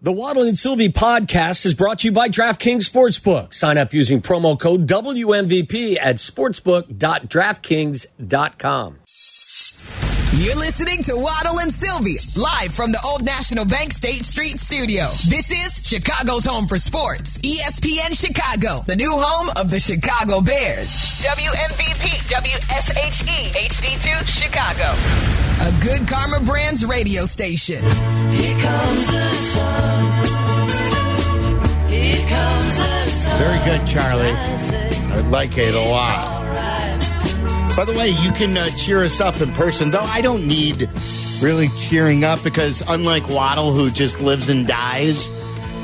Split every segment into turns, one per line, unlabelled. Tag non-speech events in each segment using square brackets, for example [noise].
The Waddle and Sylvie podcast is brought to you by DraftKings Sportsbook. Sign up using promo code WMVP at sportsbook.draftkings.com.
You're listening to Waddle and Sylvie live from the Old National Bank State Street studio. This is Chicago's home for sports. E ESPN Chicago, the new home of the Chicago Bears. WMVP WSHE HD2 Chicago. A good Karma Brands radio station.
Here comes the sun. Here comes the sun.
Very good, Charlie. I like it a lot.
Alright.
By the way, you can uh, cheer us up in person, though I don't need really cheering up because, unlike Waddle, who just lives and dies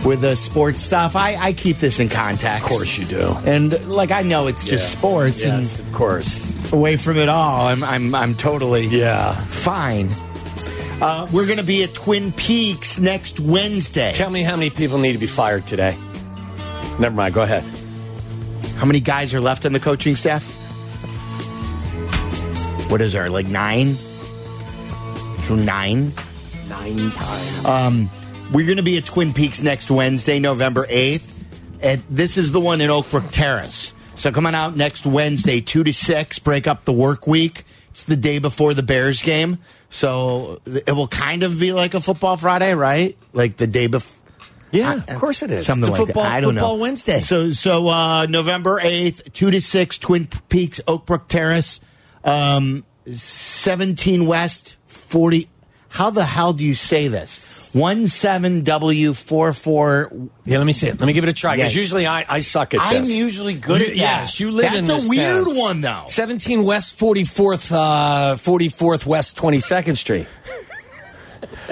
with the sports stuff, I, I keep this in context. Of course you do. And, like, I know it's just
Yeah.
sports
Yes,
and
of course.
away from it all. I'm, I'm, I'm totally
Yeah.
fine. Uh, we're going to be at Twin Peaks next Wednesday.
Tell me how many people need to be fired today. Never mind, go ahead.
How many guys are left on the coaching staff? What is there, like nine? So nine? Um,
Nine times.
We're going to be at Twin Peaks next Wednesday, November 8th. And this is the one in Oakbrook Terrace. So come on out next Wednesday, 2 to 6, break up the work week. It's the day before the Bears game. So it will kind of be like a football Friday, right? Like the day before.
Yeah, of course it is.
Something
It's a
like
football,
that. I don't
football
know.
Wednesday.
So so uh, November eighth, two to six, Twin Peaks, Oakbrook Terrace, um, seventeen West, forty. How the hell do you say this? One seven W four four.
yeah, let me see it. Let me give it a try because
Yeah.
usually I, I suck at
I'm
this.
usually good
You-
at that.
Yes, you live
That's
in
a
this
weird
town.
one though.
17 West 44th, uh, 44th West 22nd Street.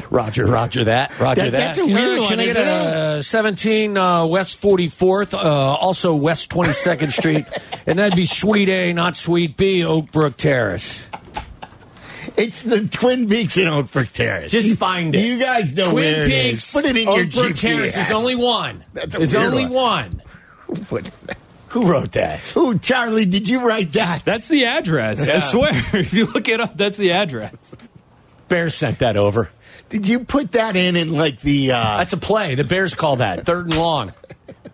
Roger, roger that. Roger that.
That- that's a weird
Can
one,
I get
isn't
a 17 uh, West 44th, uh, also West 22nd
[laughs]
Street? And that'd be Suite A, not Suite B, Oakbrook Terrace.
It's the Twin Peaks in Oakbrook Terrace.
Just find it.
You guys know
Twin
where it
Peaks.
is. Put it in
Oakbrook
your
Terrace.
GPS.
There's only one.
That's a
There's
weird
only
one.
one. Who wrote that?
Ooh, Charlie, did you write that?
That's the address.
Yeah.
I swear. [laughs] If you look it up, that's the address.
Bears sent that over.
Did you put that in in like the? Uh,
That's a play. The Bears call that third and long.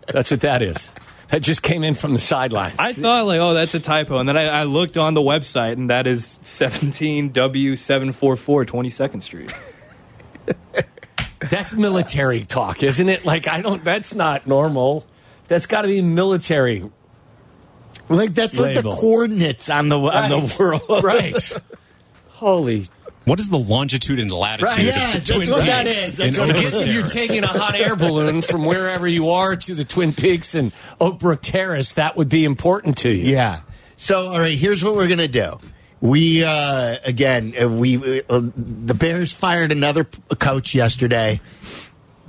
That's what that is. That just came in from the sidelines.
I thought like, oh, that's a typo, and then I, I looked on the website, and that is 17 W 744 22nd Street.
That's military talk, isn't it? Like I don't. That's not normal. That's got to be military,
Like that's like the
Label.
coordinates on the on the world.
[laughs] right? Holy!
What is the longitude and latitude?
Right.
of
Yeah,
the
that's
Twin
what that
Peaks
is. That's
in
what it
Oakland
is. [laughs]
You're
Terrace?
taking a hot air balloon from wherever you are to the Twin Peaks and Oakbrook Terrace. That would be important to you.
Yeah. So all right, here's what we're gonna do. We uh, again, uh, we uh, the Bears fired another p- coach yesterday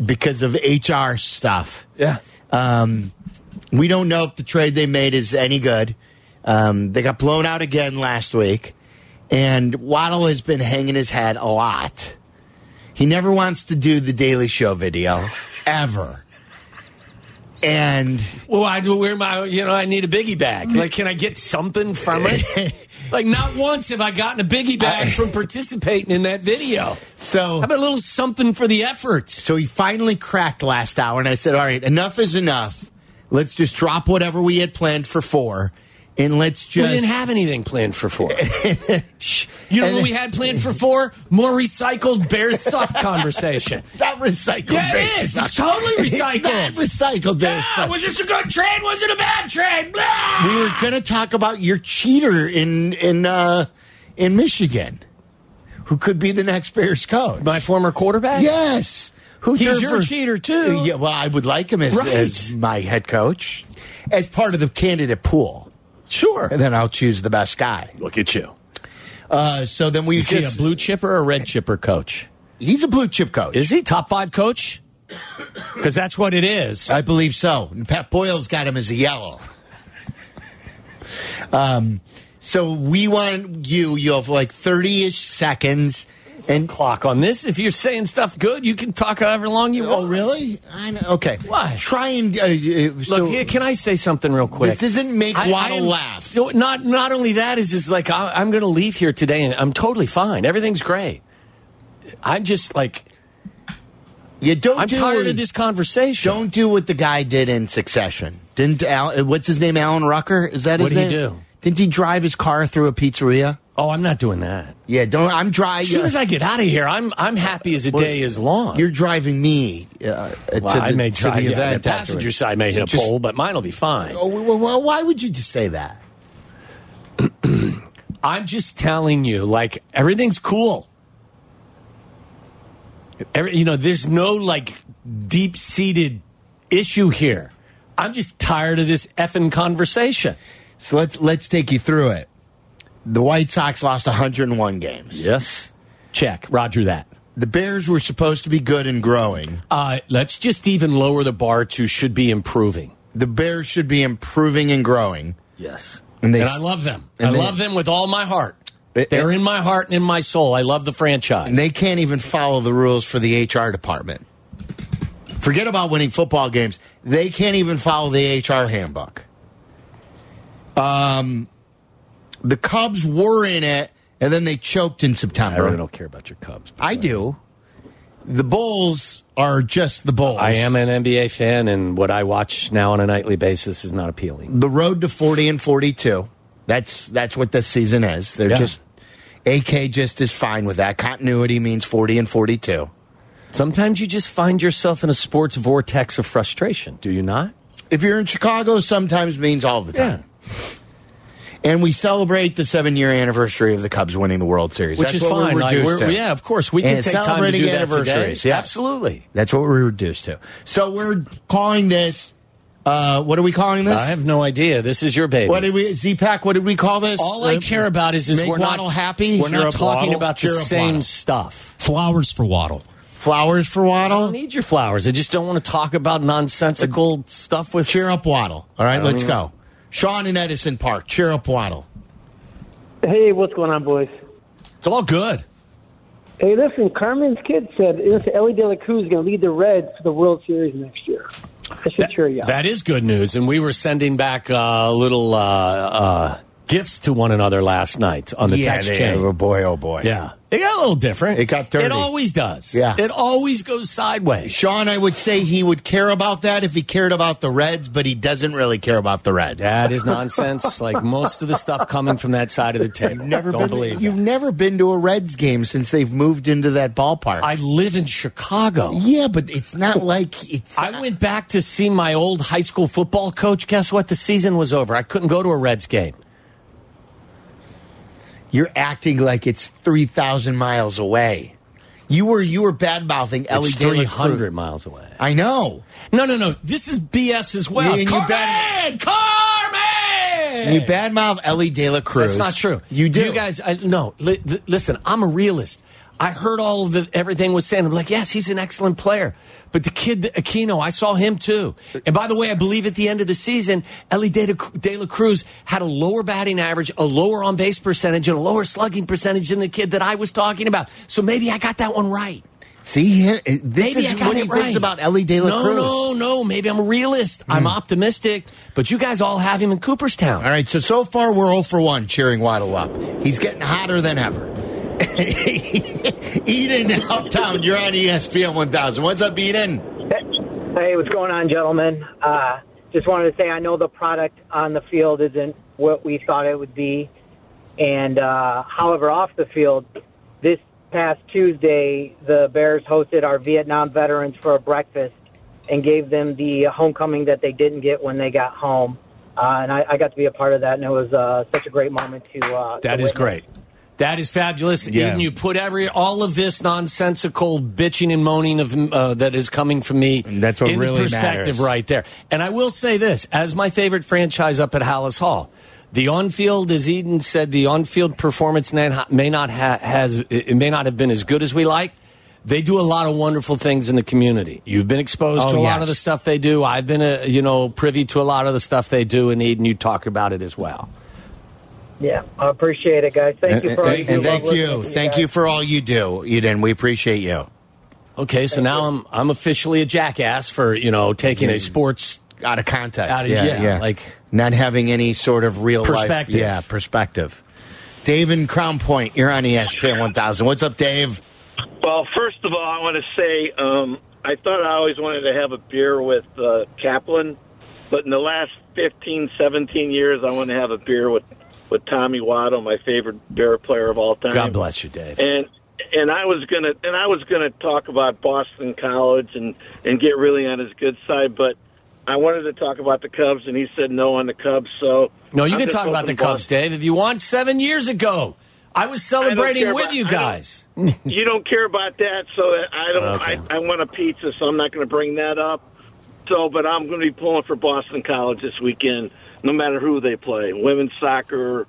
because of HR stuff.
Yeah.
Um, we don't know if the trade they made is any good. Um, they got blown out again last week, and Waddle has been hanging his head a lot. He never wants to do the Daily Show video ever, and.
Well, I do wear my. You know, I need a biggie bag. Like, can I get something from
[laughs]
it? like, not once have I gotten a biggie bag from participating in that video.
So,
How about a little something for the effort?
so he finally cracked last hour, and I said, "All right, enough is enough. Let's just drop whatever we had planned for four, and let's
We
just."
didn't have anything planned for
[laughs]
four.
Shh.
You know
And
what we
then-
had planned for four? More recycled bears
[laughs]
suck conversation.
That recycled.
Yeah, it
bear
is.
suck.
It's totally
[laughs] It's not
recycled.
recycled. bear
Ah,
suck.
was this a good trade? Was it a bad trade? Blah!
we were going to talk about your cheater in in uh, in Michigan, who could be the next Bears coach.
My former quarterback?
Yes, who
He's
threw
your cheater, too.
Yeah, well, I would like him as,
Right.
as my head coach, as part of the candidate pool,
Sure.
and then I'll choose the best guy.
Look at you.
Uh, so then we
Is he a
just
blue chipper or a red chipper coach?
he's a blue chip coach.
Is he top five coach? Because that's what it is.
I believe so. And Pat Boyle's got him as a yellow. um, so we want you. You have like thirty ish seconds, and
Clock on this. If you're saying stuff good, you can talk however long you
Oh,
want.
really? I know. Okay.
Why?
Try and. Uh, uh, so
Look, here, can I say something real quick?
this isn't make
I- I
Waddle
am-
laugh.
No, not not only that is is like I, I'm going to leave here today and I'm totally fine. Everything's great. I'm just like
You don't.
I'm
do
tired
what-
of this conversation.
Don't do what the guy did in Succession. Didn't Al, what's his name? Alan Rucker? Is that his
What'd he
name?
do?
Didn't he drive his car through a pizzeria?
Oh, I'm not doing that.
Yeah, don't. I'm driving.
As soon as I get out of here, I'm I'm happy as a day is long.
uh, You're driving me uh, to,
well,
the,
I may
to
try.
the
yeah,
event.
the passenger
afterwards.
side may hit a
Just-
pole, but mine will be fine.
Oh, well, well, why would you just say that?
I'm just telling you, like everything's cool. Every, you know, there's no like deep seated issue here. I'm just tired of this e- effing conversation.
So let's let's take you through it. The White Sox lost 101 games.
Yes. Check. Roger that.
The Bears were supposed to be good and growing.
Uh, let's just even lower the bar to should be improving.
The Bears should be improving and growing.
Yes.
And
And,
they-
I love them.
and
I
they-
love them with all my heart.
It-
They're
it-
in my heart and in my soul. I love the franchise.
And they can't even follow the rules for the HR department. Forget about winning football games. They can't even follow the HR handbook. Um, the Cubs were in it, and then they choked in
I
September.
really don't care about your Cubs.
I do. The Bulls are just the Bulls.
I am an NBA fan, and what I watch now on a nightly basis is not appealing.
the road to forty and forty-two. That's that's what this season is. They're
Yeah.
just AK just is fine with that. Continuity means forty and forty-two.
Sometimes you just find yourself in a sports vortex of frustration, do you not?
if you're in Chicago, sometimes means all the time. And we celebrate the seven year anniversary of the Cubs winning the World Series,
Which
That's
is
what
fine.
We're
Like,
reduced
we're-
to.
yeah, of course. We
And
can
it's
take time to
celebrating
do that today.
anniversaries, yes.
Absolutely.
That's what we're reduced to. So we're calling this. Uh, what are we calling this?
I have no idea. This is your baby.
What did we? Z Pack. What did we call this?
All I
Uh,
care about is, is
make
we're
Waddle
not
happy?
We're not
Cheer up,
talking
Waddle.
about the
Cheer up,
same
Waddle.
stuff.
Flowers for Waddle.
flowers for
I
Waddle.
don't need your flowers. I just don't want to talk about nonsensical stuff with.
Cheer up, Waddle. All right, let's go. Sean in Edison Park. Cheer up, Waddle.
Hey, what's going on, boys?
It's all good.
Hey, listen, Carmen's kid said listen, Ellie De La Cruz is going to lead the Reds to the World Series next year. I should cheer you up.
That is good news. And we were sending back uh, little uh, uh, gifts to one another last night on the text
they-
chain.
oh boy, oh boy.
yeah. It got a little different.
It got dirty.
It always does.
Yeah.
It always goes sideways.
Sean, I would say he would care about that if he cared about the Reds, but he doesn't really care about the Reds.
That is nonsense. like most of the stuff coming from that side of the table.
Never
Don't
been,
believe
You've
that.
never been to a Reds game since they've moved into that ballpark.
I live in Chicago.
yeah, but it's not like it's.
I went back to see my old high school football coach. Guess what? The season was over. I couldn't go to a Reds game.
You're acting like it's three thousand miles away. You were you were bad mouthing Ellie
It's
De La Cruz.
300 miles away.
I know.
No, no, no. This is BS as well.
You- you
Carmen!
bet-
Carmen!
You bad mouth Ellie De La Cruz.
That's not true.
You do.
You guys, I, no. Li- th- listen, I'm a realist. I heard all of the everything was saying. I'm like, yes, he's an excellent player. But the kid Aquino, I saw him too. And by the way, I believe at the end of the season, Ellie De La, De La Cruz had a lower batting average, a lower on base percentage, and a lower slugging percentage than the kid that I was talking about. So maybe I got that one right.
see him. This
Maybe
is
I got
what
it
he
right.
thinks about Ellie De La
no,
Cruz.
No,
Hmm.
no, Maybe I'm a realist. I'm optimistic. But you guys all have him in Cooperstown.
All right, so so far we're 0 for 1 cheering Waddle up. He's getting hotter than ever. [laughs] Eden Uptown, you're on E ESPN 1000. What's up, Eden?
Hey, what's going on, gentlemen? Uh, just wanted to say I know the product on the field isn't what we thought it would be, and uh, however, off the field, this past Tuesday, the Bears hosted our Vietnam veterans for a breakfast and gave them the homecoming that they didn't get when they got home. Uh, and I, I got to be a part of that, and it was uh, such a great moment to. Uh,
That
to
is
witness.
great. That is fabulous.
Yeah.
Eden, you put every all of this nonsensical bitching and moaning of uh, that is coming from me.
And that's what
in
really
perspective
matters.
right there. And I will say this: as my favorite franchise up at Hallis Hall, the on-field, as Eden said, the on-field performance may not, may not ha- has it may not have been as good as we like. They do a lot of wonderful things in the community. You've been exposed
Oh,
to a lot
yes.
of the stuff they do. I've been, uh you know, privy to a lot of the stuff they do, and Eden, you talk about it as well.
Yeah, I appreciate it, guys. Thank you for all
and,
you
and
do.
thank
Love
you.
listening to
Thank
guys.
you for all you do, Eden. We appreciate you.
Okay, so now I'm I'm officially a jackass for you know taking a sports.
Mm. Out of context.
Out of-
yeah,
yeah,
yeah.
like-
not having any sort of real
Perspective.
Life, yeah, perspective. Dave in Crown E Point, you're on ESPN 1000. What's up, Dave?
Well, first of all, I want to say um, I thought I always wanted to have a beer with uh, Kaplan, but in the last 15, 17 years, I want to have a beer with, with Tommy Waddle, my favorite beer player of all time.
God bless you, Dave.
And and I was gonna and I was gonna talk about Boston College and and get really on his good side, but I wanted to talk about the Cubs, and he said no on the Cubs. So
No, you
I'm
can
just
talk about the
hoping
Cubs, Dave, if you want. Seven years ago, I was celebrating
care
with
about-
you
I don't-
guys. [laughs]
you don't care about that, so I don't.
Okay.
I, I want a pizza, so I'm not going to bring that up. So, but I'm going to be pulling for Boston College this weekend, no matter who they play,
[sighs]
women's soccer,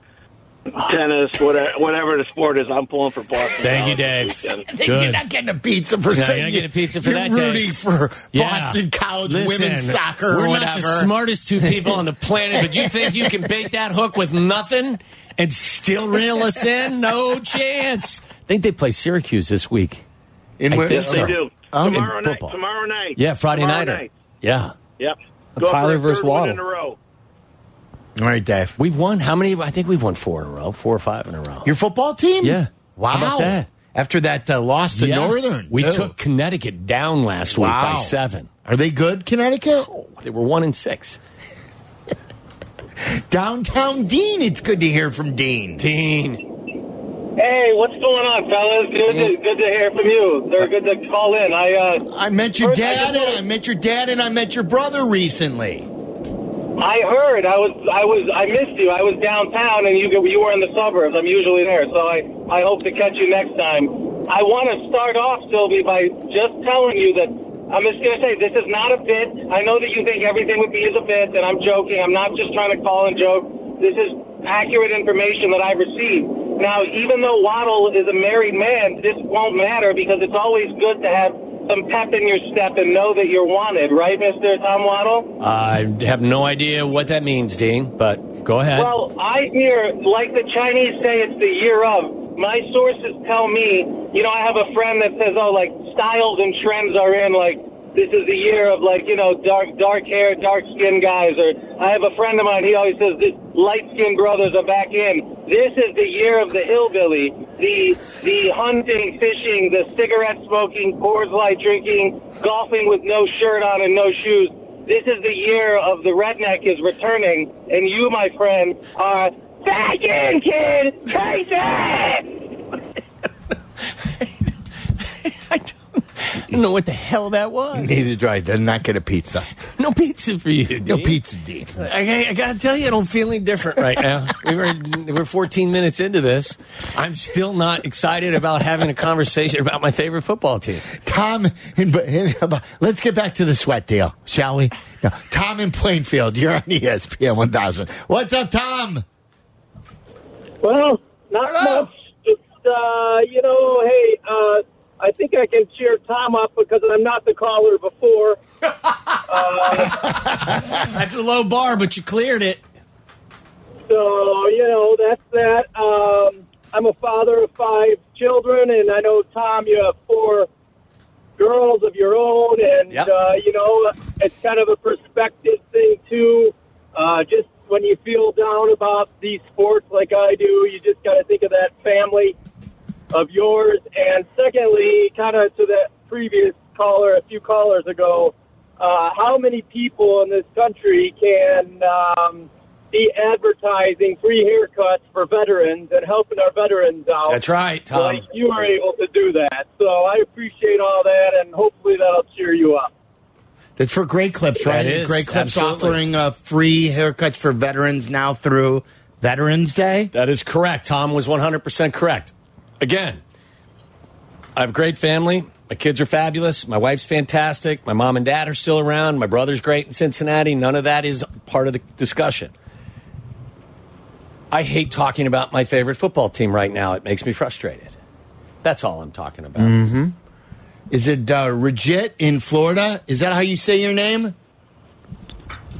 tennis, whatever, whatever the sport is. I'm pulling for Boston.
Thank you,
College
Dave.
this
[laughs]
weekend.
You're
Good.
not getting a pizza for
Yeah,
saying
you're not getting a pizza for
you're
that, Dave.
rooting for
Yeah.
Boston College
Listen,
women's soccer
We're
or
not
whatever.
the smartest two people
[laughs]
on the planet, but you think you can bait that hook with nothing and still reel us in? No chance. I think they play Syracuse this week.
In
I
where-
think
Yes, they
so.
do.
Oh. In
tomorrow night.
football.
Tomorrow night.
Yeah, Friday
tomorrow
nighter. Yeah.
Yep. Go for
Tyler
a
versus
third win
Waddle.
in a row.
All right, Dave.
We've won how many? I think we've won four in a row, four or five in a row.
Your [laughs] football team?
Yeah.
Wow.
How about that?
After that uh, loss to
Yeah.
Northern,
We
too.
took Connecticut down last
Wow.
week by seven.
Are they good, Connecticut?
They were one and six.
[laughs] Downtown Dean. It's good to hear from Dean.
Dean.
Hey, what's going on, fellas? Good to, good to hear from you. They're good to call in. I uh,
I met your
First, I
dad,
just-
and I met your dad, and I met your brother recently.
I heard. I was I was I missed you. I was downtown, and you you were in the suburbs. I'm usually there, so I I hope to catch you next time. I want to start off, Sylvie, by just telling you that I'm just gonna say this is not a bit. I know that you think everything with me is a bit, and I'm joking. I'm not just trying to call and joke. This is accurate information that I received. Now, even though Waddle is a married man, this won't matter because it's always good to have some pep in your step and know that you're wanted, right, Mr. Tom Waddle?
I have no idea what that means, Dean, but go ahead.
Well, I hear, like the Chinese say, it's the year of. My sources tell me, you know, I have a friend that says, oh, like styles and trends are in, like this is the year of, like you know, dark dark hair, dark skin guys. Or I have a friend of mine, he always says, this light skinned brothers are back in. This is the year of the hillbilly, the the hunting, fishing, the cigarette smoking, Coors Light drinking, golfing with no shirt on and no shoes this is the year of the redneck is returning, and you, my friend, are back in, kid. Take that.
I don't, I don't know what the hell that was.
Neither do I. Did not get a [laughs] pizza.
No pizza for you, Dean.
No pizza, Dean.
I, I gotta tell you, I don't feel any different right [laughs] now. we were we're 14 minutes into this. I'm still not excited about having a conversation about my favorite football team.
Tom, in, in, let's get back to the sweat deal, shall we? No, Tom in Plainfield, you're on E ESPN 1000. What's up, Tom?
Well, not much. Just uh, you know, hey, uh, I think I can cheer Tom up because I'm not the caller before.
[laughs] That's a low bar, but you cleared it.
So, you know, that's that. Um, I'm a father of five children, and I know, Tom, you have four girls of your own, and,
Yep.
uh, you know, it's kind of a perspective thing, too. Uh, just when you feel down about these sports like I do, you just got to think of that family of yours. And secondly, kind of to the previous caller a few callers ago, uh, how many people in this country can um, be advertising free haircuts for veterans and helping our veterans out?
That's right, Tom.
Like you are able to do that. So I appreciate all that, and hopefully that'll cheer you up.
That's for Great Clips, right?
That is,
Great Clips
absolutely.
offering uh, free haircuts for veterans now through Veterans Day.
That is correct. Tom was 100% correct. Again, I have a great family. My kids are fabulous. My wife's fantastic. My mom and dad are still around. My brother's great in Cincinnati. None of that is part of the discussion. I hate talking about my favorite football team right now. It makes me frustrated. That's all I'm talking about.
Mm-hmm. Is it uh, Regit in Florida? Is that how you say your name?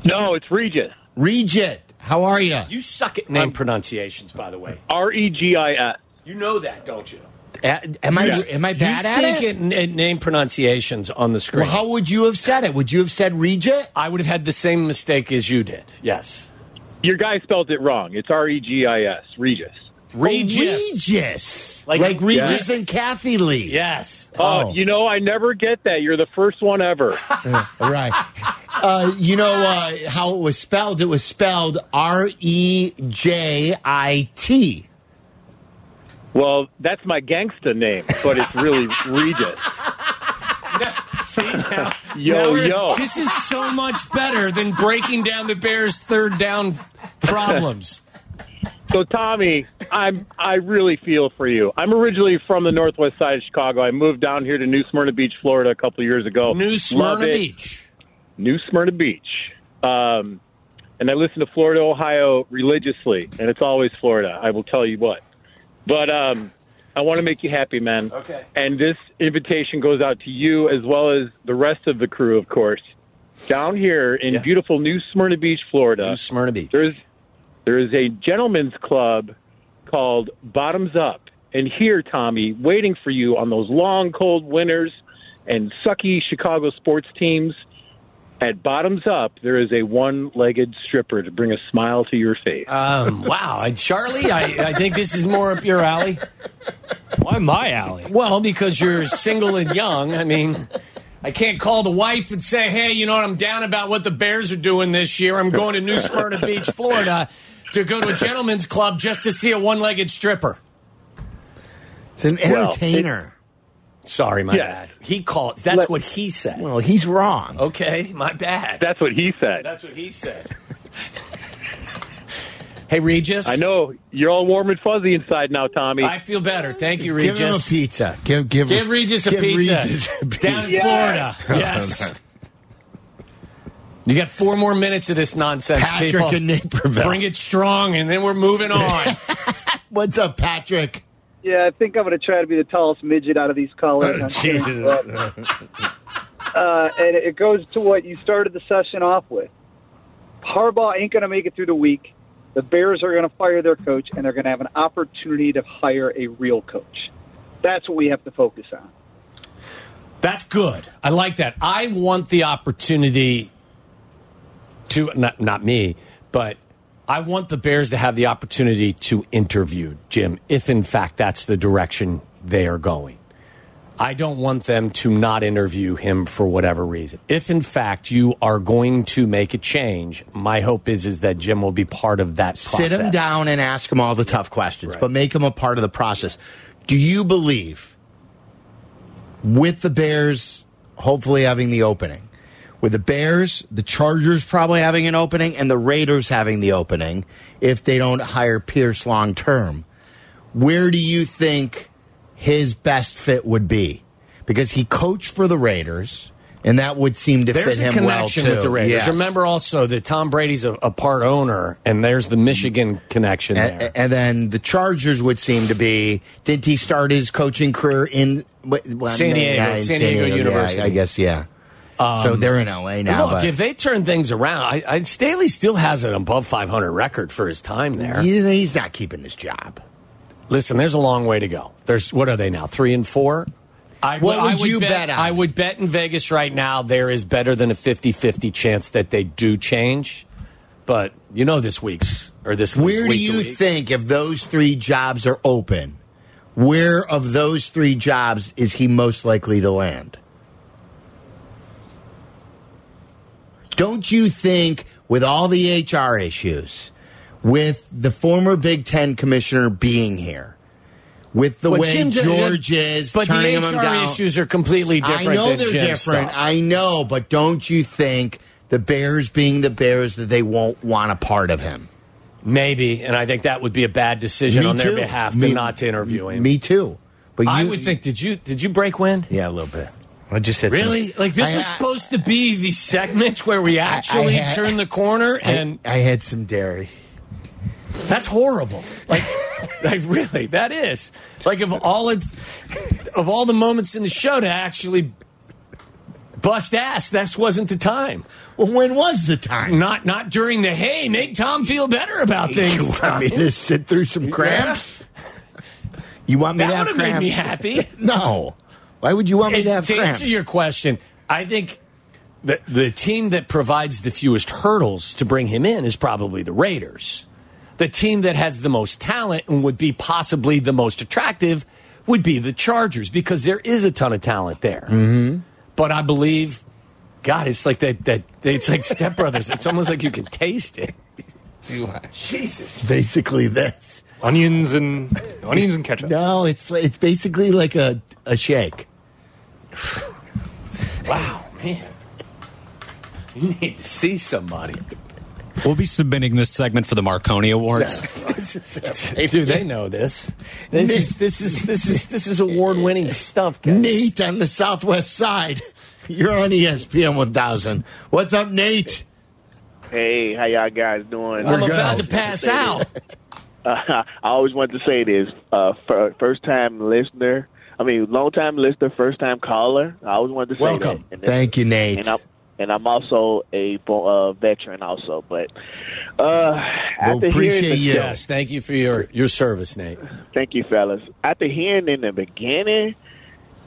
No, it's Regis.
Regit. How are you?
You suck at name pronunciations, by the way.
R E G I S.
You know that, don't you?
Am I am I bad
you
at
stink
it?
at, at name pronunciations on the screen.
Well, how would you have said it? Would you have said Regit?
I would have had the same mistake as you did. Yes.
Your guy spelled it wrong. It's R E G I S. Regis.
Regis.
Oh, Regis.
Like-
Like, Regis
Yeah.
and Kathy Lee.
Yes.
Oh, you know, I never get that. You're the first
[laughs]
one ever.
[laughs]
right. Uh, you know uh, how it was spelled? It was spelled R E J I T.
Well, that's my gangsta name, but it's really
[laughs]
Regis.
Now
yo,
we're-
yo.
This is so much better than breaking down the Bears' third down [laughs] problems.
[laughs] So Tommy, I'm I really feel for you. I'm originally from the northwest side of Chicago. I moved down here to New Smyrna Beach, Florida, a couple of years ago.
New
Love
Smyrna
it.
Beach.
New Smyrna Beach, um, and I listen to Florida Ohio religiously, and it's always Florida. I will tell you what, but um, I want to make you happy, man.
Okay.
And this invitation goes out to you as well as the rest of the crew, of course. Down here in beautiful New Smyrna Beach, Florida. New
Smyrna Beach.
There's there is a gentleman's club called Bottoms Up. And here, Tommy, waiting for you on those long cold winters and sucky Chicago sports teams. At Bottoms Up, there is a one-legged stripper to bring a smile to your face.
Um, wow, I- Charlie, I, I think this is more up your alley.
Why my alley?
Well, because you're single and young. I mean, I can't call the wife and say, "Hey, you know what? I'm down about what the Bears are doing this year. I'm going to New Smyrna Beach, Florida, to go to a gentleman's club just to see a one-legged stripper."
It's an
Well,
entertainer.
Sorry, my
Yeah.
bad. He called. That's
Let-
what he said.
Well, he's wrong.
Okay, my bad.
That's what he said.
That's what he said. hey, Regis.
I know you're all warm and fuzzy inside now, Tommy.
I feel better. Thank you,
Give him a
Regis.
pizza. Give give
Give Regis a
give
pizza.
Regis a pizza.
Down in Florida. Yes. You got four more minutes of this nonsense,
Patrick
people.
and Naperville.
Bring it strong, and then we're moving on.
[laughs] What's up, Patrick?
[laughs] Yeah, I think I'm going to try to be the tallest midget out of these callers. uh, and it goes to what you started the session off with. Harbaugh ain't going to make it through the week. The Bears are going to fire their coach, and they're going to have an opportunity to hire a real coach. That's what we have to focus on.
That's good. I like that. I want the opportunity to not not me, but I want the Bears to have the opportunity to interview Jim if in fact that's the direction they are going. I don't want them to not interview him for whatever reason. If in fact you are going to make a change, my hope is is that Jim will be part of that process.
Sit him down and ask him all the tough questions, but make him a part of the process. Do you believe with the Bears hopefully having the opening? With the Bears, the Chargers probably having an opening, and the Raiders having the opening if they don't hire Pierce long term. Where do you think his best fit would be? Because he coached for the Raiders, and that would seem to
There's
fit
a
him well
connection
too.
with the Raiders.
Yes.
Remember also that Tom Brady's a, a part owner, and there's the Michigan connection there.
And, and then the Chargers would seem to be. Didn't he start his coaching career in what- well,
San
no,
Diego,
yeah, in
San Diego
yeah,
University. Um,
I guess, yeah. so they're in LA now.
Look,
but
if they turn things around, I, I, Staley still has an above 500 record for his time there.
Yeah, he's not keeping his job.
Listen, there's a long way to go. There's what are they now? Three and four. I,
What
I
would you bet on?
I would bet in Vegas right now there is better than a 50-50 chance that they do change. But you know this week's or this
Where do
week to
you
week.
think if those three jobs are open, where of those three jobs is he most likely to land? Don't you think with all the HR issues, with the former Big Ten commissioner being here, with the
But
way
Jim-
George is
but
turning
the
him
HR
down,
issues are completely different.
I know
than
they're
Jim's
different.
stuff.
I know, but don't you think the Bears being the Bears that they won't want a part of him?
Maybe, and I think that would be a bad decision
Me
on their
too.
behalf to
Me-
not to interview him.
Me too. But you,
I would think. Did you did you break wind?
Yeah, a little bit. I just hit
Really?
some-
Like this
I-
was
I-
supposed to be the segment where we actually
had-
turn the corner,
I-
and
I, had some dairy.
that's horrible. Like, [laughs] like really, that is like of all it, of all the moments in the show to actually bust ass. That wasn't the time.
Well, when was the time?
Not not during the hey, make Tom feel better about
[laughs] you
things.
want me
Tom."
to sit through some cramps? You want me to
That
have
would have
cramps?
made me happy.
[laughs] No. Why would you want me
And
to have
to
cramps?
answer your question, I think the the team that provides the fewest hurdles to bring him in is probably the Raiders. the team that has the most talent and would be possibly the most attractive would be the Chargers because there is a ton of talent there.
Mm-hmm.
But I believe, God, it's like that. That it's like
[laughs]
Step Brothers. It's almost like you can taste it.
Jesus. Basically, this
onions and onions and ketchup.
No, it's li- it's basically like a a shake.
Wow, man. You need to see somebody.
We'll be submitting this segment for the Marconi [laughs] Awards.
[laughs] Dude, they know this. This is this is this is this is award-winning stuff. Guys.
Nate on the Southwest Side, you're on E ESPN 1000. What's up, Nate?
Hey, how y'all guys doing?
I'm We're about
good. to pass out.
Uh, [laughs] I always wanted to say this: uh, for first time listener, I mean, long time listener, first time caller. I always wanted to say
Welcome.
that. And this-
Thank you, Nate.
And I'm, and I'm also a bo- uh, veteran, also. But uh, after hearing the show-
Yes, thank you for your your service, Nate.
Thank you, fellas. After hearing in the beginning,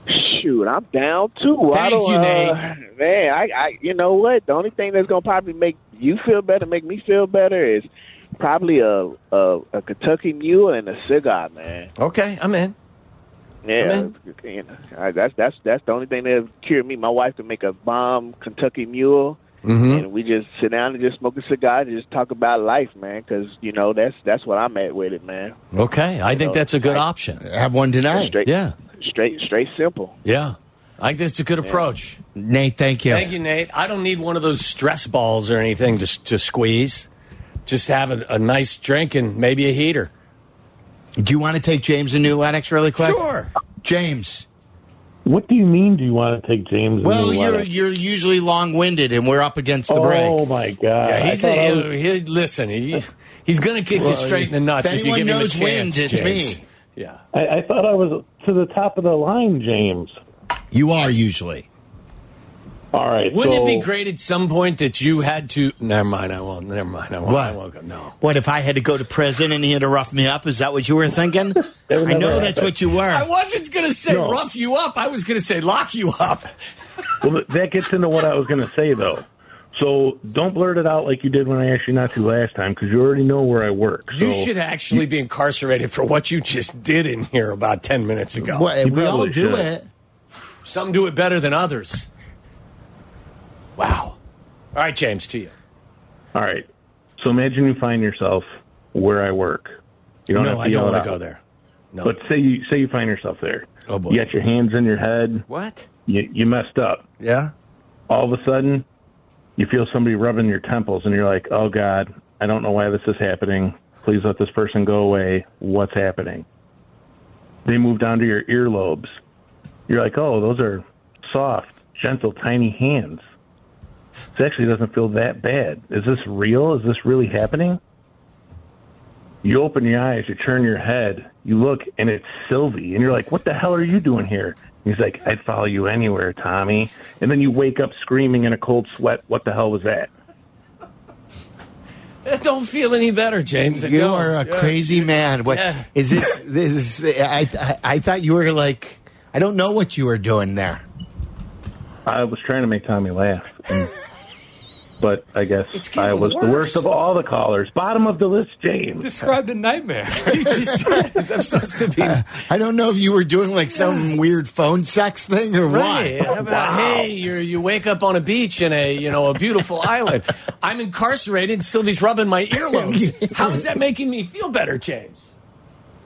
shoot, I'm down too. I
Thank
don't,
you,
uh,
Nate.
Man, I, I, you know what? The only thing that's gonna probably make you feel better, make me feel better, is probably a a, a Kentucky Mule and a cigar, man.
Okay, I'm in.
Yeah, you know, I- that's that's that's the only thing that cured me. My wife can make a bomb Kentucky Mule.
Mm-hmm.
And we just sit down and just smoke a cigar and just talk about life, man. Because you know that's that's what I'm at with it, man.
Okay, I think
So,
that's a good
I-
option.
Have one tonight.
Straight,
Yeah,
straight, straight, simple.
yeah. I think that's a good approach.
Nate, thank you.
Thank you, Nate. I don't need one of those stress balls or anything to s- to squeeze. Just have a, a nice drink and maybe a heater.
Do you want to take James and New Lennox really quick?
Sure.
James.
What do you mean? Do you want to take James? and
Well,
the
you're
Lennox?
you're usually long-winded, and we're up against the
Oh,
break.
my god!
Yeah, he's
I
a,
thought I was-
he, he- listen. He, he's going to kick
Well,
you straight in the nuts
if
if, you
anyone
give him a
knows
chance.
wins, it's
James.
me.
Yeah.
I, I thought I was to the top of the line, James.
You are usually.
All right.
Wouldn't it be
so-
great at some point that you had to? Never mind. I won't. Never mind. Oh, I won't. I
What?
won't go. No.
What if I had to go to prison and he had to rough me up? Is that what you
[laughs]
were thinking? I know that's what you were.
I wasn't going to say
No.
rough you up. I was going to say lock you up.
Well, that gets into what I was going to say though. So don't blurt it out like you did when I asked you not to last time because you already know where I work. So
You should actually be incarcerated for what you just did in here about 10 minutes ago.
What, we all do
should.
it.
Some do it better than others. Wow. All right, James, to you.
All right. So imagine you find yourself where I work. You don't
no,
have to
I don't
yell it
want
out.
to go there. No.
But say you say you find yourself there.
Oh, boy.
You got your hands in your head.
What?
You you messed up.
Yeah.
All of a sudden, you feel somebody rubbing your temples, and you're like, "Oh God, I don't know why this is happening. Please let this person go away. What's happening?" They move down to your earlobes. You're like, "Oh, those are soft, gentle, tiny hands. This actually doesn't feel that bad. Is this real? Is this really happening?" You open your eyes, you turn your head, you look, and it's Sylvie. And you're like, what the hell are you doing here? And he's like, I'd follow you anywhere, Tommy. And then you wake up screaming in a cold sweat, what the hell was that?
I don't feel any better, James. I
You
don't.
are a
Yeah.
crazy man. What is
Yeah.
this? This is, I, I I thought you were like I don't know what you were
[laughs]
doing there.
I was trying to make Tommy laugh. And- [laughs] but I guess
getting
I was the
worse.
worst of all the callers. Bottom of the list, James.
Describe the nightmare.
[laughs] You just- I'm supposed to be.
I don't know if you were doing like some weird phone sex thing or
Right.
what.
How about hey, you you wake up on a beach in a you know a
[laughs]
beautiful island. I'm incarcerated. Sylvie's rubbing my
[laughs]
earlobes. How is that making me feel better, James?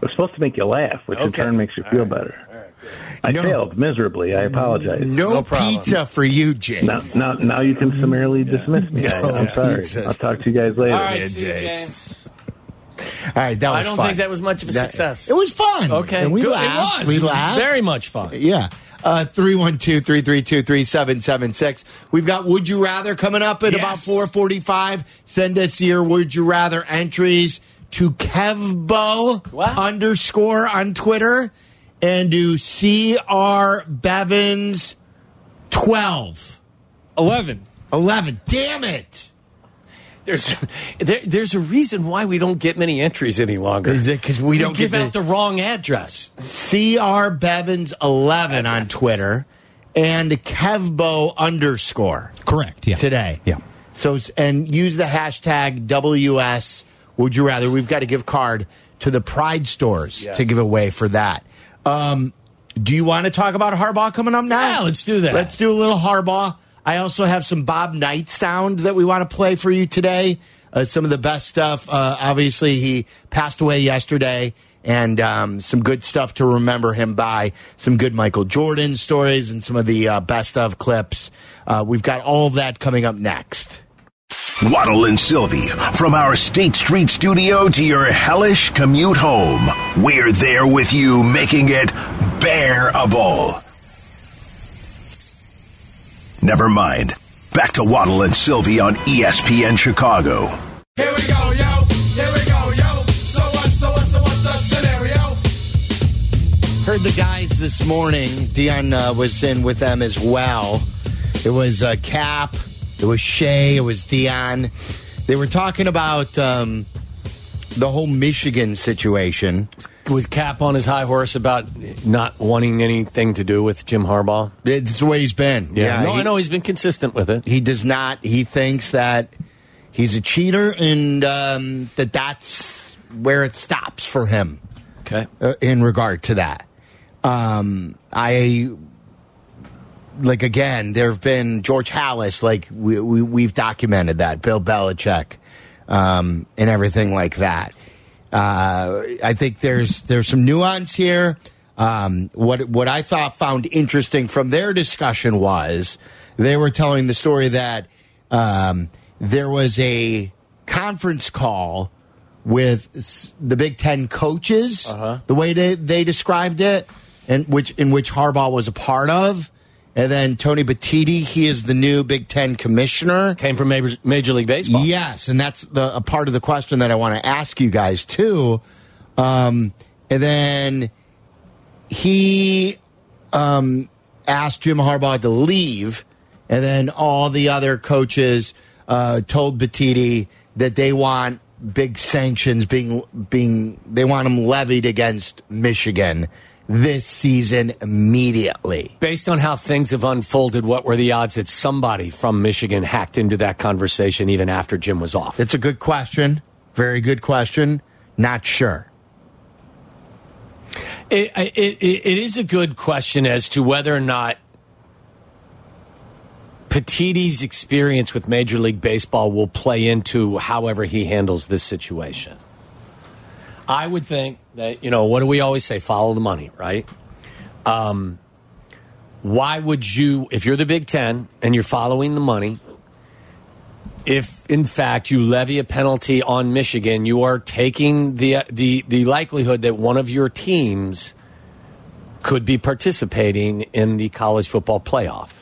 It's supposed to make you laugh, which in
Okay.
turn makes you feel better. I failed miserably. I apologize.
No, pizza for you, James.
Now, now, now you can summarily dismiss me. I, I'm sorry.
pizza.
I'll talk to you guys later.
All right, see you, James.
All right, that was
I don't
fun.
think that was much of a success.
It was fun.
Okay,
And we
good. It
laughed.
was.
We
It was
laughed.
very much fun.
Yeah. Uh, 312-332-3776. We've got Would You Rather coming up at about
Yes.
445. Send us your Would You Rather entries to Kevbo underscore on Twitter and to CR Bevins 12.
11.
11. Damn it.
There's there, there's a reason why we don't get many entries any longer.
Is it because we
You
don't
give
get
out the wrong address.
CR Bevins 11 on Twitter and Kevbo underscore
Correct. Yeah.
today.
Yeah.
So, and use the hashtag WS Would you rather? We've got to give card to the Pride stores
Yes.
to give away for that. Um, do you want to talk about Harbaugh coming up now?
Yeah, let's do that.
Let's do a little Harbaugh. I also have some Bob Knight sound that we want to play for you today. Uh, some of the best stuff. Uh, obviously, he passed away yesterday, and um, some good stuff to remember him by. Some good Michael Jordan stories and some of the uh, best of clips. Uh, we've got all of that coming up next.
Waddle and Sylvie, from our State Street studio to your hellish commute home, we're there with you, making it bearable. Never mind. Back to Waddle and Sylvie on E ESPN Chicago.
Here we go, yo. Here we go, yo. So what, so what, so what's the scenario?
Heard the guys this morning. Dion uh, was in with them as well. It was uh, Cap. It was Shay. It was Dion. They were talking about um, the whole Michigan situation.
With Cap on his high horse about not wanting anything to do with Jim Harbaugh.
It's the way he's been.
Yeah, no,
he-
I know he's been consistent with it.
He does not. He thinks that he's a cheater and um, that that's where it stops for him.
Okay.
Uh, in regard to that, um, I like again. There have been George Hallis, like we, we we've documented that Bill Belichick, um, and everything like that. Uh, I think there's there's some nuance here. Um, what what I thought found interesting from their discussion was they were telling the story that um, there was a conference call with s- the Big Ten coaches,
Uh-huh.
the way they, they described it, and which in which Harbaugh was a part of, and then Tony Battiti, he is the new Big Ten commissioner,
came from Major, Major League Baseball.
Yes, and that's the a part of the question that I want to ask you guys too, um, and then he um, asked Jim Harbaugh to leave, and then all the other coaches uh, told Batiti that they want big sanctions being being they want them levied against Michigan this season immediately.
Based on how things have unfolded, what were the odds that somebody from Michigan hacked into that conversation even after Jim was off?
It's a good question, very good question. Not sure.
It, I- it, it, it is a good question as to whether or not Petiti's experience with Major League Baseball will play into however he handles this situation. I would think that, you know, what do we always say? Follow the money, right? Um, why would you, if you're the Big Ten and you're following the money, if in fact you levy a penalty on Michigan, you are taking the uh, the the likelihood that one of your teams could be participating in the college football playoff.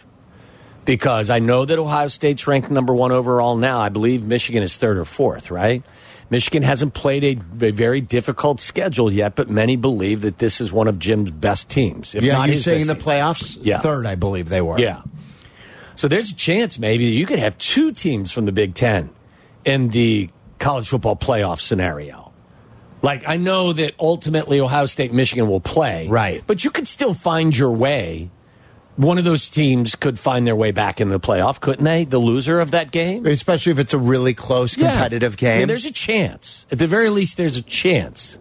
Because I know that Ohio State's ranked number one overall now. I believe Michigan is third or fourth, right? Michigan hasn't played a, a very difficult schedule yet, but many believe that this is one of Jim's best teams. If
yeah,
not
you're
his
saying
best
the
team.
playoffs
Yeah.
third, I believe they were.
Yeah. So there's a chance maybe you could have two teams from the Big Ten in the college football playoff scenario. Like I know that ultimately Ohio State and Michigan will play. Right. But you could still find your way. One of those teams could find their way back in the playoff, couldn't they? The loser of that game?
Especially if it's a really close competitive game.
Yeah, there's a chance. At the very least, there's a chance.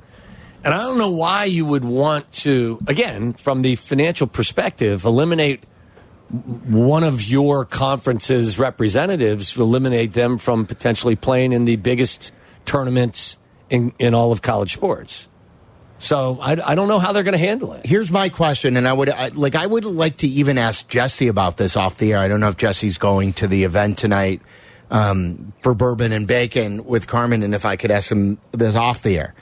And I don't know why you would want to, again, from the financial perspective, eliminate one of your conference's representatives, eliminate them from potentially playing in the biggest tournaments in, in all of college sports. So I, I don't know how they're going to handle it.
Here's my question, and I would I, like I would like to even ask Jesse about this off the air. I don't know if Jesse's going to the event tonight um, for bourbon and bacon with Carmen, and if I could ask him this off the air.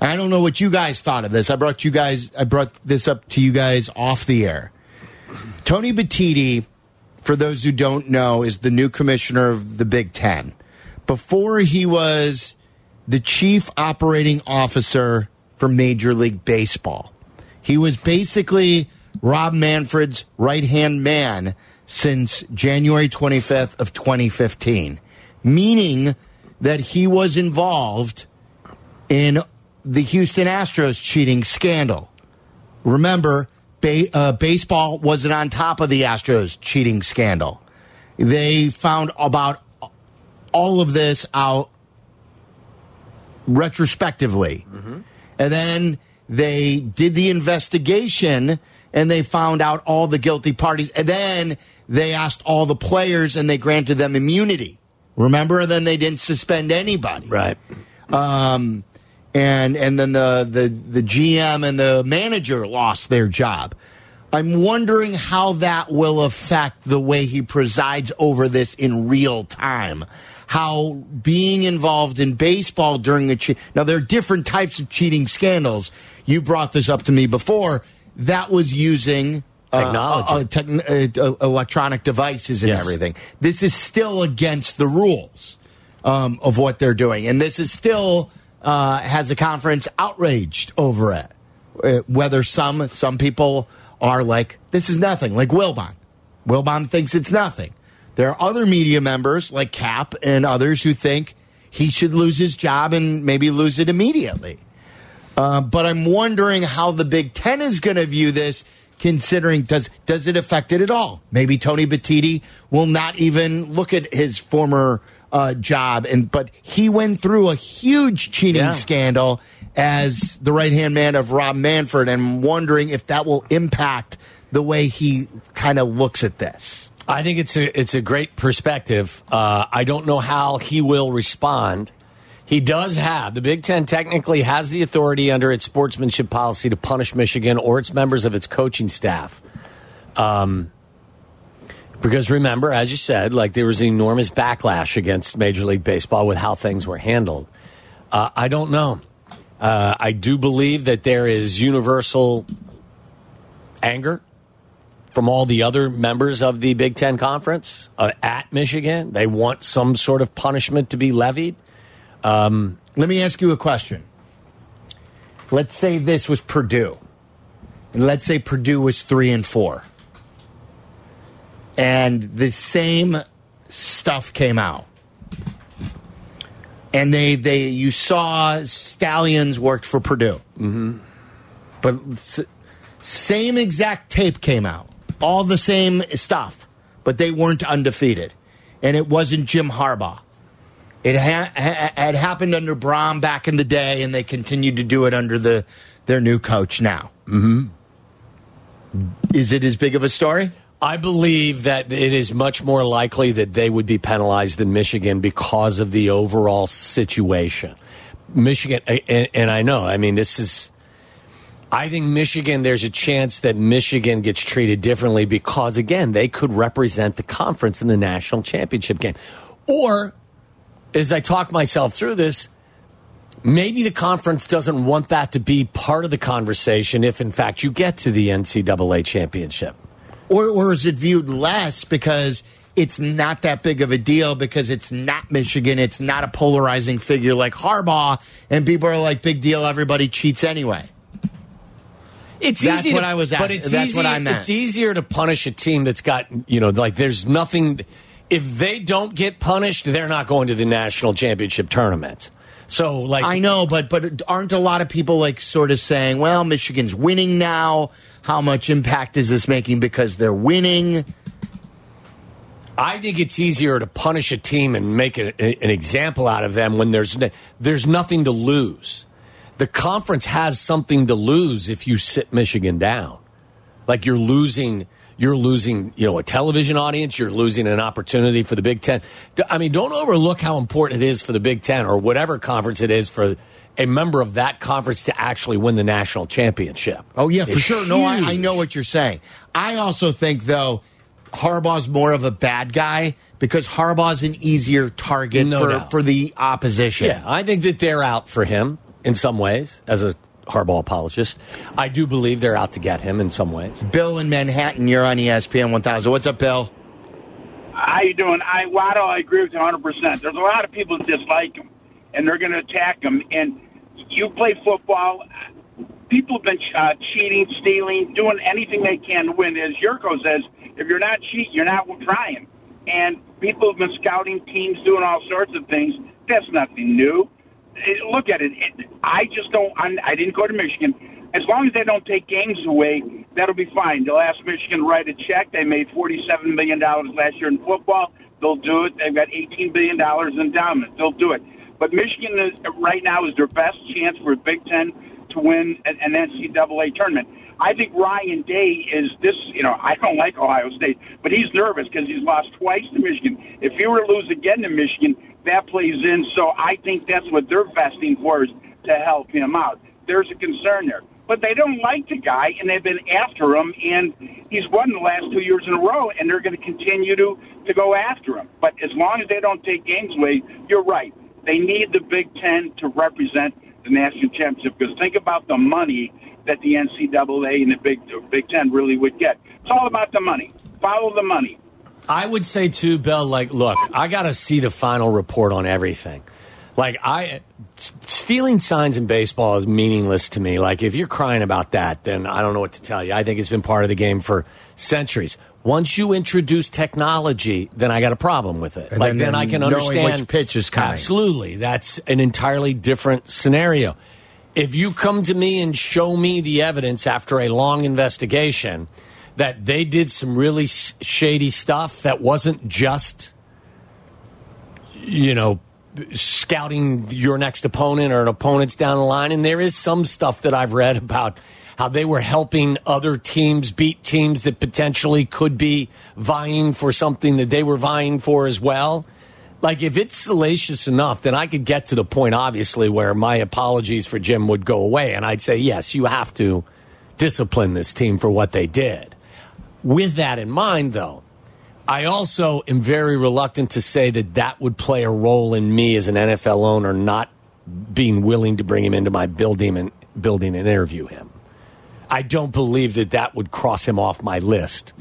I don't know what you guys thought of this. I brought you guys, I brought this up to you guys off the air. Tony Battiti, for those who don't know, is the new commissioner of the Big Ten. Before he was the chief operating officer for Major League Baseball, he was basically Rob Manfred's right hand man since January 25th of 2015, meaning that he was involved in the Houston Astros cheating scandal. Remember, ba- uh, baseball wasn't on top of the Astros cheating scandal. They found about all of this out retrospectively.
Mm-hmm.
And then they did the investigation and they found out all the guilty parties. And then they asked all the players and they granted them immunity. Remember? And then they didn't suspend anybody.
Right.
Um, and and then the, the, the GM and the manager lost their job. I'm wondering how that will affect the way he presides over this in real time. How being involved in baseball during a cheat. Now, there are different types of cheating scandals. You brought this up to me before. That was using uh,
Technology.
uh, uh, techn- uh, uh, electronic devices and
Yes.
everything. This is still against the rules um, of what they're doing, and this is still uh, has a conference outraged over it. Uh, Whether some some people are like, "This is nothing," like Wilbon. Wilbon thinks it's nothing. There are other media members like Cap and others who think he should lose his job and maybe lose it immediately. Uh, but I'm wondering how the Big Ten is going to view this, considering does does it affect it at all? Maybe Tony Battiti will not even look at his former uh, job, and but he went through a huge cheating
Yeah.
scandal as the right hand man of Rob Manford, and I'm wondering if that will impact the way he kind of looks at this.
I think it's a it's a great perspective. Uh, I don't know how he will respond. He does have the Big Ten technically has the authority under its sportsmanship policy to punish Michigan or its members of its coaching staff. Um, because remember, as you said, like there was an enormous backlash against Major League Baseball with how things were handled. Uh, I don't know. Uh, I do believe that there is universal anger from all the other members of the Big Ten Conference uh, at Michigan. They want some sort of punishment to be levied. Um,
Let me ask you a question. Let's say this was Purdue, and let's say Purdue was three and four, and the same stuff came out, and they they you saw Stallions worked for Purdue, mm-hmm. but s- same exact tape came out, all the same stuff, but they weren't undefeated, and it wasn't Jim Harbaugh. It ha- ha- had happened under Brom back in the day, and they continued to do it under the their new coach now.
mm-hmm.
Is it as big of a story?
I believe that it is much more likely that they would be penalized than Michigan because of the overall situation. Michigan, a- and, and I know, I mean, this is. I think Michigan, there's a chance that Michigan gets treated differently because, again, they could represent the conference in the national championship game. Or, as I talk myself through this, maybe the conference doesn't want that to be part of the conversation if, in fact, you get to the NCAA championship.
Or, or is it viewed less because it's not that big of a deal because it's not Michigan, it's not a polarizing figure like Harbaugh, and people are like, big deal, everybody cheats anyway.
It's
That's
easy
what
to,
I was
But
asking-
it's
that's
easy,
what I meant.
It's easier to punish a team that's got you know like there's nothing. If they don't get punished, they're not going to the national championship tournament. So like
I know, but but aren't a lot of people like sort of saying, well, Michigan's winning now. How much impact is this making because they're winning?
I think it's easier to punish a team and make a, a- an example out of them when there's no, there's nothing to lose. The conference has something to lose if you sit Michigan down. Like you're losing you're losing, you know, a television audience, you're losing an opportunity for the Big 10. D- I mean, don't overlook how important it is for the Big 10 or whatever conference it is for a member of that conference to actually win the national championship.
Oh yeah, for
It's
sure. No,
huge.
I, I know what you're saying. I also think though, Harbaugh's more of a bad guy because Harbaugh's an easier target
No
for,
doubt.
for the opposition.
Yeah, I think that they're out for him in some ways as a Harbaugh apologist. I do believe they're out to get him in some ways.
Bill in Manhattan, you're on E ESPN 1000. What's up, Bill?
How you doing? I Waddle, I agree with you 100. percent There's a lot of people that dislike him, and they're going to attack him. And you play football. People have been uh, cheating, stealing, doing anything they can to win. As Yurko says, if you're not cheating, you're not trying. And people have been scouting teams, doing all sorts of things. That's nothing new. It- Look at it. it I just don't. I'm, I didn't go to Michigan. As long as they don't take games away, that'll be fine. They'll ask Michigan to write a check. They made $47 million last year in football. They'll do it. They've got $18 billion in endowment. They'll do it. But Michigan is, right now is their best chance for a Big Ten to win an, an NCAA tournament. I think Ryan Day is this. You know, I don't like Ohio State, but he's nervous because he's lost twice to Michigan. If he were to lose again to Michigan, that plays in. So I think that's what they're vesting for is to help him out. There's a concern there. But they don't like the guy, and they've been after him, and he's won the last two years in a row, and they're going to continue to, to go after him. But as long as they don't take games away, you're right. They need the Big Ten to represent the national championship because think about the money that the NCAA and the Big, the Big Ten really would get. It's all about the money. Follow the money.
I would say too, Bill. Like, look, I got to see the final report on everything. Like, I s- stealing signs in baseball is meaningless to me. Like, if you're crying about that, then I don't know what to tell you. I think it's been part of the game for centuries. Once you introduce technology, then I got a problem with it.
And
like, then,
then-
I can
knowing
understand
which pitch is coming.
Absolutely, that's an entirely different scenario. If you come to me and show me the evidence after a long investigation that they did some really s- shady stuff that wasn't just you know scouting your next opponent or an opponent's down the line and there is some stuff that i've read about how they were helping other teams beat teams that potentially could be vying for something that they were vying for as well like if it's salacious enough then i could get to the point obviously where my apologies for jim would go away and i'd say yes you have to discipline this team for what they did with that in mind though I also am very reluctant to say that that would play a role in me as an NFL owner not being willing to bring him into my building and building and interview him. I don't believe that that would cross him off my list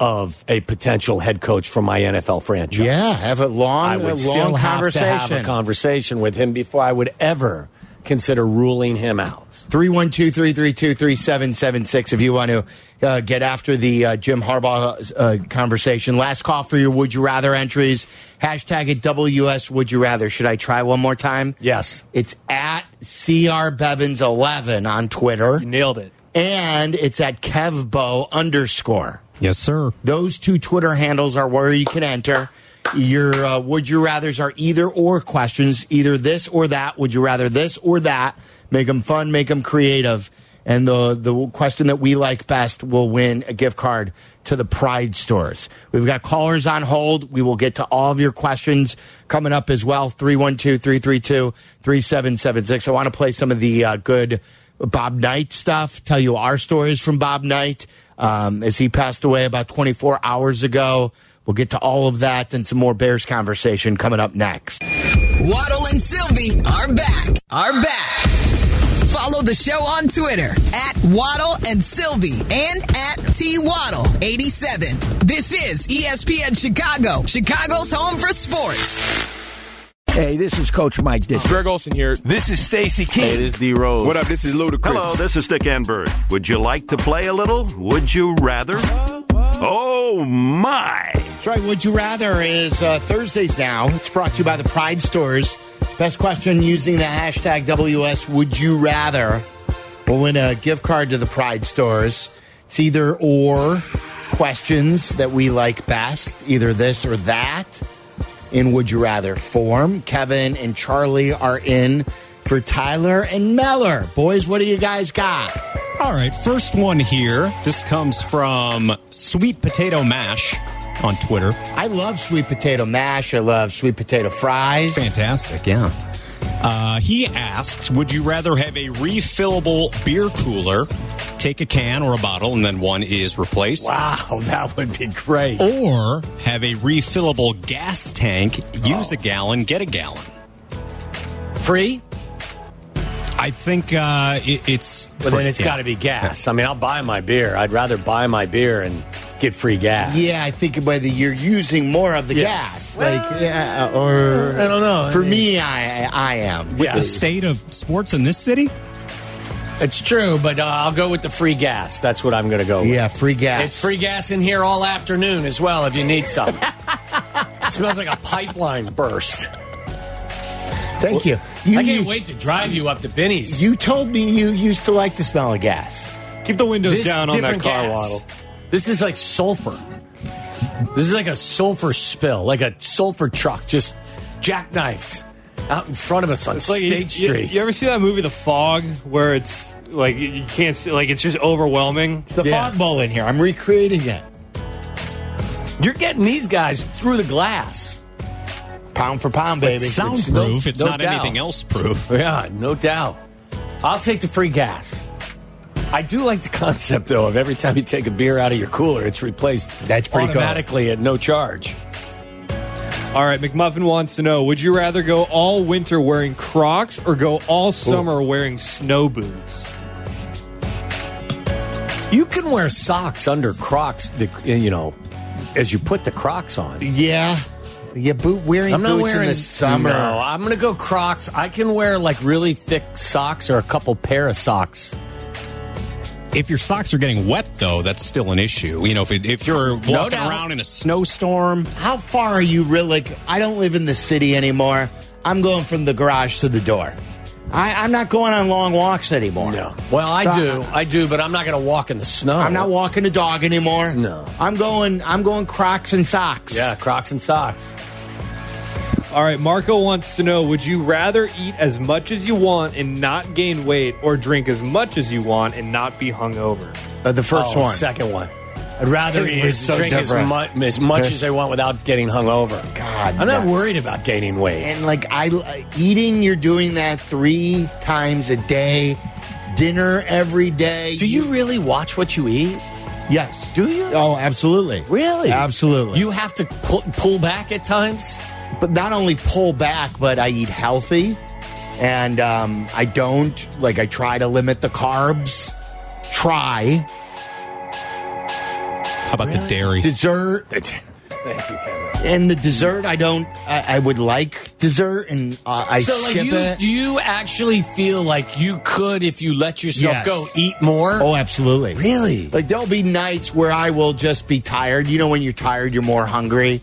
of a potential head coach for my NFL franchise.
Yeah, have a long,
I would
a
still
long
have to
conversation.
have a conversation with him before I would ever consider ruling him out.
312 332 3776 if you want to uh, get after the uh, Jim Harbaugh uh, conversation. Last call for your Would You Rather entries. Hashtag it WS Would You Rather. Should I try one more time?
Yes.
It's at CR Bevins11 on Twitter. You
nailed it.
And it's at Kevbo underscore.
Yes, sir.
Those two Twitter handles are where you can enter. Your uh, would you rather's are either or questions, either this or that. Would you rather this or that? Make them fun, make them creative, and the the question that we like best will win a gift card to the Pride stores. We've got callers on hold. We will get to all of your questions coming up as well. 312-332-3776. I want to play some of the uh, good Bob Knight stuff, tell you our stories from Bob Knight um, as he passed away about 24 hours ago. We'll get to all of that and some more Bears conversation coming up next.
Waddle and Sylvie are back. Are back. Follow the show on Twitter at Waddle and Sylvie and at T Waddle 87. This is E ESPN Chicago, Chicago's home for sports.
Hey, this is Coach Mike Dick. Greg Olson here. This is Stacy King. Hey, this is D Rose.
What up? This is Ludacris. Hello, this is Dick Enberg. Would you like to play a little? Would you rather? Oh my!
That's right. Would you rather is uh, Thursdays now. It's brought to you by the Pride Stores. Best question using the hashtag WS Would you rather will win a gift card to the Pride Stores. It's either or questions that we like best, either this or that in Would You Rather form. Kevin and Charlie are in for Tyler and Meller. Boys, what do you guys got?
All right, first one here. This comes from Sweet Potato Mash on Twitter.
I love sweet potato mash. I love sweet potato fries.
Fantastic, yeah. Uh, he asks Would you rather have a refillable beer cooler, take a can or a bottle, and then one is replaced?
[laughs]
Wow, that would be great.
Or have a refillable gas tank, use a gallon, get a gallon.
Free?
I think uh, it, it's.
But then it's got to be gas. I mean, I'll buy my beer. I'd rather buy my beer and get free gas.
Yeah, I think whether you're using more of the gas, like yeah, or
I don't know.
For me, I I am.
With the state of sports in this city?
It's true, but uh, I'll go with the free gas. That's what I'm going to go with.
Yeah, free gas.
It's free gas in here all afternoon as well if you need
[laughs]
some. it smells like a pipeline burst.
Thank you. You,
I can't
you,
wait to drive you up to Benny's.
you told me you used to like the smell of gas.
Keep the windows
This
down on that
different
car
gas.
waddle.
This is like sulfur. This is like a sulfur spill, like a sulfur truck just jackknifed. out in front of us on
It's
State
you, you-
Street.
You, ever see that movie, The Fog, where it's like you you can't see, like it's just overwhelming.
The fog bowl in here. I'm recreating it.
You're getting these guys through the glass.
Pound for pound, baby.
It's
soundproof. It's not
doubt.
anything else proof.
[laughs] Yeah, no doubt. I'll take the free gas. I do like the concept though of every time you take a beer out of your cooler, it's replaced That's
pretty cool.
automatically at no charge.
All right, McMuffin wants to know: Would you rather go all winter wearing Crocs or go all summer wearing snow boots?
You can wear socks under Crocs, the, you know, as you put the Crocs on.
Yeah. Yeah, boot wearing
I'm not
boots
wearing
in the summer.
No, I'm gonna go Crocs. I can wear like really thick socks or a couple pair of socks.
If your socks are getting wet, though, that's still an issue. You know, if, it, if you're walking
doubt.
around in a snowstorm,
How far are you really? Like, I don't live in the city anymore. I'm going from the garage to the door. I, I'm not going on long walks anymore. No.
Well, I
So I-
do, I, do, but I'm not gonna walk in the snow.
I'm not walking a dog anymore.
No.
I'm going. I'm going Crocs and socks.
Yeah, Crocs and socks.
All right, Marco wants to know: Would you rather eat as much as you want and not gain weight, or drink as much as you want and not be hungover?
Uh, the first
Oh,
one.
Second one. I'd rather
It
eat
was
as-
so
drink
different.
as much as much as I want without getting hungover.
God,
I'm not
no.
worried about gaining weight.
And like I uh, eating, you're doing that three times a day, dinner every day.
Do you really watch what you eat?
Yes.
Do you?
Oh, absolutely.
Really?
Absolutely.
You have to pull, pull back at times.
But not only pull back, but I eat healthy, and um, I don't like. I try to limit the carbs. Try
how about the dairy?
dessert.
Thank you, Kevin.
And the dessert, I don't. I, I would like dessert, and uh, I
so,
skip
like, you,
it.
do you actually feel like you could, if you let yourself
Yes.
go, eat more?
Oh, absolutely.
Really?
Like there'll be nights where I will just be tired. You know, when you're tired, you're more hungry.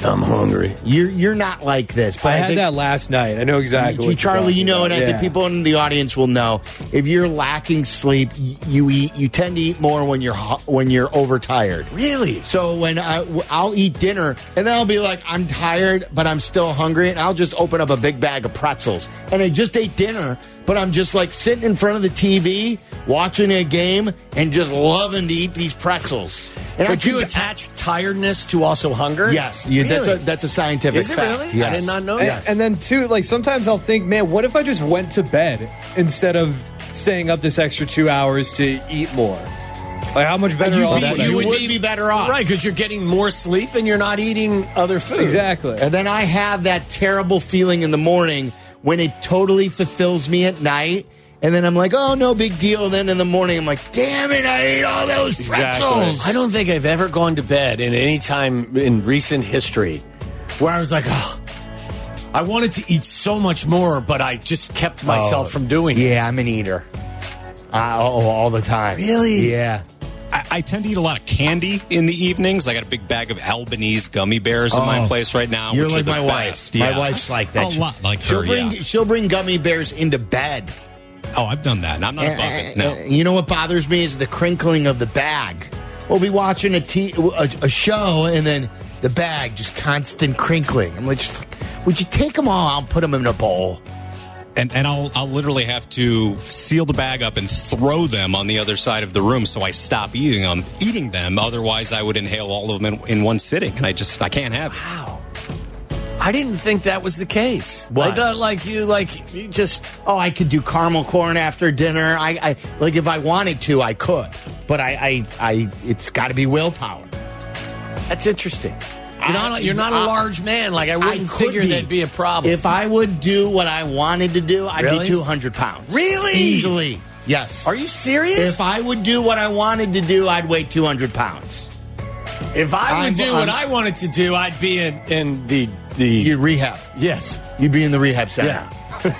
I'm hungry.
You're you're not like this. But I,
I had
think-
that last night. I know exactly. what
You,
you're
Charlie, you
talking
know, and
about.
I think
Yeah.
people in the audience will know if you're lacking sleep, y- you eat. You tend to eat more when you're hu- when you're overtired.
Really?
So when I will eat dinner, and then I'll be like, I'm tired, but I'm still hungry, and I'll just open up a big bag of pretzels, and I just ate dinner, but I'm just like sitting in front of the TV watching a game and just loving to eat these pretzels. And I
but you
could-
attach tiredness to also hunger?
Yes, you, that's a
Really?
that's a scientific
Is it
fact.
really? I
Yes.
did not know
And,
that.
and then too, like sometimes I'll think, man, what if I just went to bed instead of staying up this extra two hours to eat more? Like how much better
you,
off
be-
would I
you
be?
would, be, better off. Right, because you're getting more sleep and you're not eating other food.
Exactly.
And then I have that terrible feeling in the morning when it totally fulfills me at night. And then I'm like, oh, no big deal. And then in the morning, I'm like, damn it, I ate all those pretzels.
I don't think I've ever gone to bed in any time in recent history where I was like, oh, I wanted to eat so much more, but I just kept myself
Oh,
from doing it.
Yeah, I'm an eater. I, oh, all the time.
Really?
Yeah.
I, I tend to eat a lot of candy in the evenings. I got a big bag of Albanese gummy bears in my
Oh.
place right now.
You're
which are
like
the
my
best.
wife.
Yeah.
My wife's like that.
A lot like
she'll
her.
Bring,
yeah.
She'll bring gummy bears into bed.
Oh, I've done that. and I'm not above it.
Uh,
No.
uh, You know what bothers me is the crinkling of the bag. We'll be watching a, t- a, a show and then the bag just constant crinkling. I'm like, just like, would you take them all out and put them in a bowl?
and and I'll I'll literally have to seal the bag up and throw them on the other side of the room so I stop eating them eating them otherwise I would inhale all of them in, in one sitting and I just I can't have it.
I didn't think that was the case.
What?
I thought like you like you just
Oh, I could do caramel corn after dinner. I, I like if I wanted to, I could, but I, I, I it's got to be willpower.
that's interesting. You're
I-
not a, you're not a
I-
large man. Like I wouldn't
could
figure
be.
that'd be a problem.
If I would do what I wanted to do, I'd
Really?
be 200 pounds.
Really?
Easily. Yes.
Are you serious?
If I would do what I wanted to do, I'd weigh 200 pounds.
If I would
I'm-
do what
I'm-
I wanted to do, I'd be in, in the the
You'd rehab.
yes.
You'd be in the rehab center.
Yeah.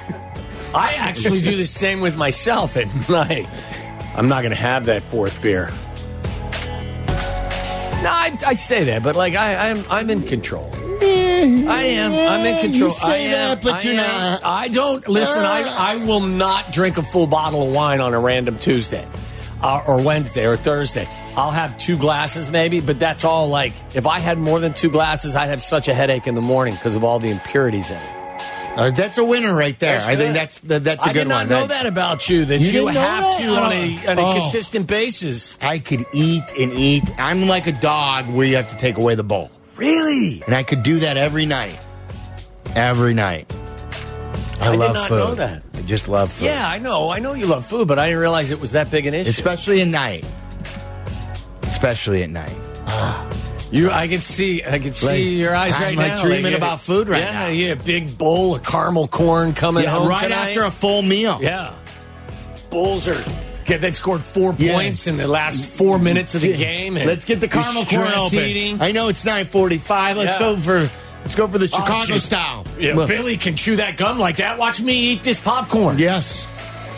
I actually do the same with myself at [laughs] night. I'm not going to have that fourth beer. No, I, I say that, but like I, I'm I'm in control. I am. I'm in control.
You say
I am,
that, but
I
you're
am.
not.
I don't listen. I I will not drink a full bottle of wine on a random Tuesday, uh, or Wednesday, or Thursday. I'll have two glasses maybe, but that's all. Like if I had more than two glasses, I'd have such a headache in the morning because of all the impurities in it.
Uh, that's a winner right there.
That's
I think
good.
that's that, that's a
I
good
did not
one.
know that about you that Oh. you
didn't know
have
that? Oh.
to on a- on a consistent basis.
I could eat and eat. I'm like a dog where you have to take away the bowl.
Really?
And I could do that every night. Every night. I,
I did
love
not
food.
know that.
I just love food.
Yeah, I know. I know you love food, but I didn't realize it was that big an issue.
Especially at night. Especially at night.
Ah. You, I can see, I can see
Like,
your eyes
I'm,
right
like,
now.
dreaming about food right
yeah,
now.
Yeah, big bowl of caramel corn coming
Yeah,
home
right
tonight.
after a full meal.
Yeah, Bulls are. Okay, they've scored four
Yeah.
points in the last four minutes of the game. and
Let's get the
you're
caramel corn
stress
open.
eating.
I know it's 9:45. Let's
Yeah.
go for let's go for the
Oh,
Chicago
geez.
style.
Yeah,
Look.
Billy can chew that gum like that. Watch me eat this popcorn.
Yes.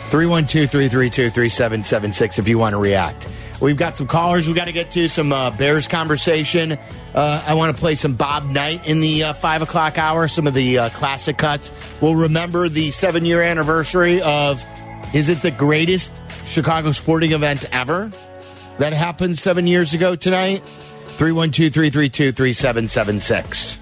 312-332-3776 if you want to react. We've got some callers we got to get to, some uh, Bears conversation. Uh, I want to play some Bob Knight in the uh, 5 o'clock hour, some of the uh, classic cuts. We'll remember the seven-year anniversary of, is it the greatest Chicago sporting event ever? That happened seven years ago tonight. 312-332-3776.